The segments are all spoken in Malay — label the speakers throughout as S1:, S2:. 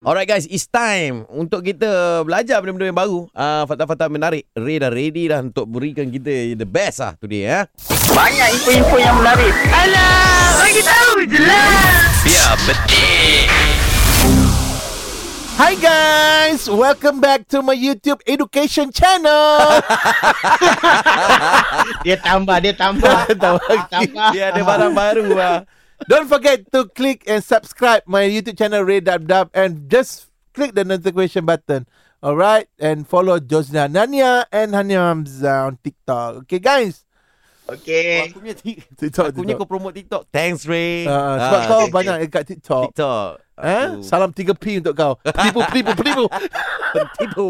S1: Alright guys, it's time untuk kita belajar benda-benda yang baru. Ah uh, fakta-fakta menarik. Ray dah ready dah untuk berikan kita the best lah today eh.
S2: Banyak info-info yang menarik. Alah, bagi tahu je lah.
S3: Biar betik.
S4: Hi guys, welcome back to my YouTube education channel.
S2: Dia tambah, dia tambah. tambah.
S1: Dia ada barang baru lah.
S4: Don't forget to click and subscribe my YouTube channel Ray Dab Dab and just click the notification button. Alright, and follow Josna Nania and Hania Hamzah on TikTok. Okay guys,
S2: Okey.
S1: Aku punya TikTok.
S4: TikTok.
S1: Aku punya kau
S4: TikTok.
S1: promote TikTok. Thanks Ray.
S4: Uh, sebab kau
S1: okay.
S4: banyak dekat TikTok.
S1: TikTok.
S4: Eh?
S1: Aku
S4: Salam 3P untuk kau. Penipu, penipu, penipu.
S1: Tipu.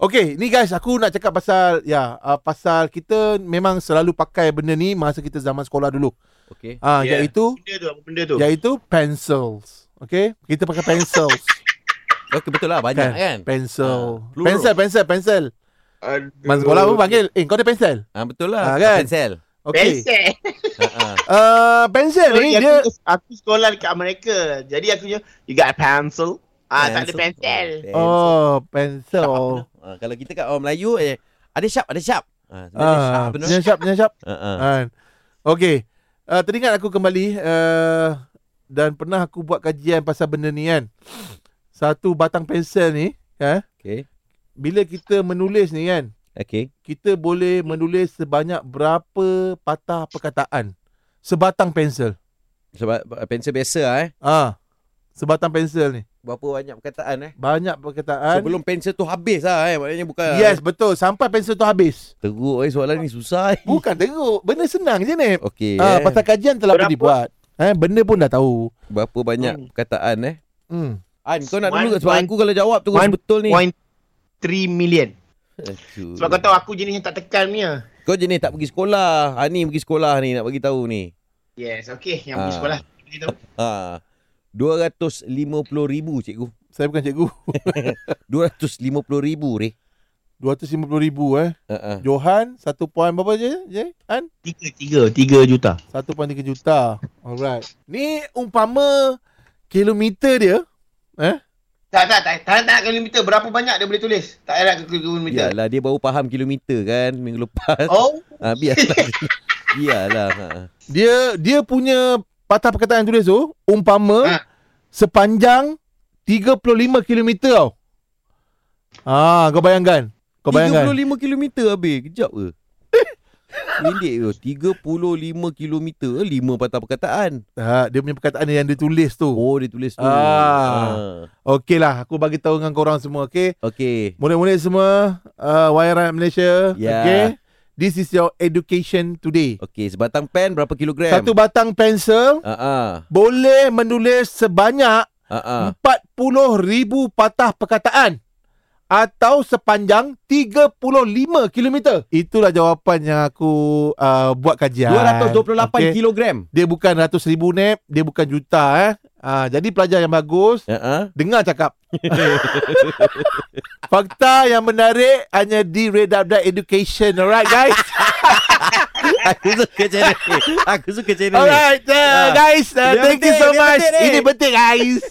S4: Okay, ni guys aku nak cakap pasal ya uh, pasal kita memang selalu pakai benda ni masa kita zaman sekolah dulu.
S1: Okay.
S4: Ah uh,
S3: Yeah.
S4: yeah. iaitu
S3: Benda tu apa benda tu?
S4: iaitu pencils. Okay, kita pakai pencils.
S1: Okay betul lah banyak kan.
S4: Pencil.
S1: Ah, plural.
S4: pencil, pencil, pencil.
S3: Aduh.
S4: Mas sekolah pun panggil, eh kau ada pencil?
S1: Ah betul lah.
S4: Ah, kan?
S1: Pencil.
S4: Okey. Pencil,
S1: Ah, ah.
S4: uh, pencil
S3: Sorry,
S4: ni
S3: aku,
S4: dia
S3: aku sekolah dekat Amerika. Jadi aku punya you got a pencil? Ah, tak ada pencil.
S4: Oh, pencil.
S1: Ah, kalau kita kat orang Melayu eh ada sharp, ada sharp. Ah, sebenarnya sharp
S4: Ah,
S1: benar.
S4: penyap siap, penyap siap.
S1: Ah, ah.
S4: Kan. Okey. Uh, teringat aku kembali uh, dan pernah aku buat kajian pasal benda ni kan. Satu batang pensel ni, eh,
S1: Okay.
S4: bila kita menulis ni kan,
S1: Okay.
S4: kita boleh menulis sebanyak berapa patah perkataan sebatang pensel.
S1: Sebab pensel biasa lah, eh.
S4: Ah. Sebatang pensel ni.
S1: Berapa banyak perkataan eh?
S4: Banyak perkataan.
S1: Sebelum pensel tu habis lah eh. Maknanya bukan.
S4: Kan? Yes betul Sampai pensel tu habis
S1: Teruk eh soalan ni susah eh.
S4: Bukan teruk Benda senang je ni
S1: Okey. Ah,
S4: yeah. ah, Pasal kajian telah pun
S3: Berapa?
S4: dibuat eh, Benda pun dah tahu
S1: Berapa banyak
S3: Hmm.
S1: perkataan eh?
S4: hmm.
S1: An, kau nak dulu
S3: One-
S1: ke? sebab
S3: one-
S1: aku kalau jawab terus
S3: one
S1: betul ni.
S3: Point 3 million.
S1: Aduh.
S3: Sebab kau tahu aku jenis yang tak tekan punya.
S1: Kau jenis tak pergi sekolah. Ani pergi sekolah ni nak bagi tahu ni.
S3: Yes, okey. Yang pergi
S1: Ah.
S3: sekolah. Begitu.
S1: Ha. 250,000 cikgu.
S4: Saya bukan cikgu
S1: 250,000 reh.
S4: 250 ribu eh
S1: Ha ah.
S4: Johan 1 poin berapa je, je? Han?
S3: Tiga, tiga, tiga juta.
S4: 1.3 juta Alright Ni umpama Kilometer dia
S3: Tak, tak, tak. Tak nak kilometer. Berapa banyak dia boleh tulis? Tak payah nak
S4: Ya.
S3: kilometer.
S1: Biarlah dia baru faham kilometer kan minggu lepas. Oh.
S3: Oh,
S1: Ha, biarlah. biarlah. Ha.
S4: Dia Dia punya Patah perkataan yang tulis tu Umpama
S3: Ah.
S4: Sepanjang 35 kilometer tau Ah, kau bayangkan Kau bayangkan
S1: 35 kilometer habis. Kejap ke? Pendek ke? 35 kilometer. Eh, Lima patah perkataan.
S4: Ha, dia punya perkataan yang dia tulis tu.
S1: Oh, dia tulis tu.
S4: Ah.
S1: Ah.
S4: Okey lah, aku bagi tahu dengan korang semua, okey?
S1: Okay.
S4: Murid-murid semua, uh, Wire Rakyat Malaysia,
S1: Ya.
S4: okey? This is your education today.
S1: Okay, sebatang pen berapa kilogram?
S4: Satu batang pensel
S1: Ah ah.
S4: boleh menulis sebanyak
S1: Ah ah.
S4: 40,000 patah perkataan atau sepanjang 35 kilometer. Itulah jawapan yang aku uh, buat kajian.
S1: 228 okay.
S4: Okey?
S1: kilogram.
S4: Dia bukan ratus ribu nep, dia bukan juta eh. Ah, jadi pelajar yang bagus,
S1: Ah ah.
S4: Dengar cakap Fakta yang menarik Hanya di Red Up Dab Education Alright guys
S1: Aku suka channel ni. Aku suka channel ni.
S4: Alright uh,
S1: Ah.
S4: guys uh,
S1: Dia
S4: Thank you
S1: penting,
S4: so
S1: dia
S4: much
S1: penting ni.
S4: Ini penting guys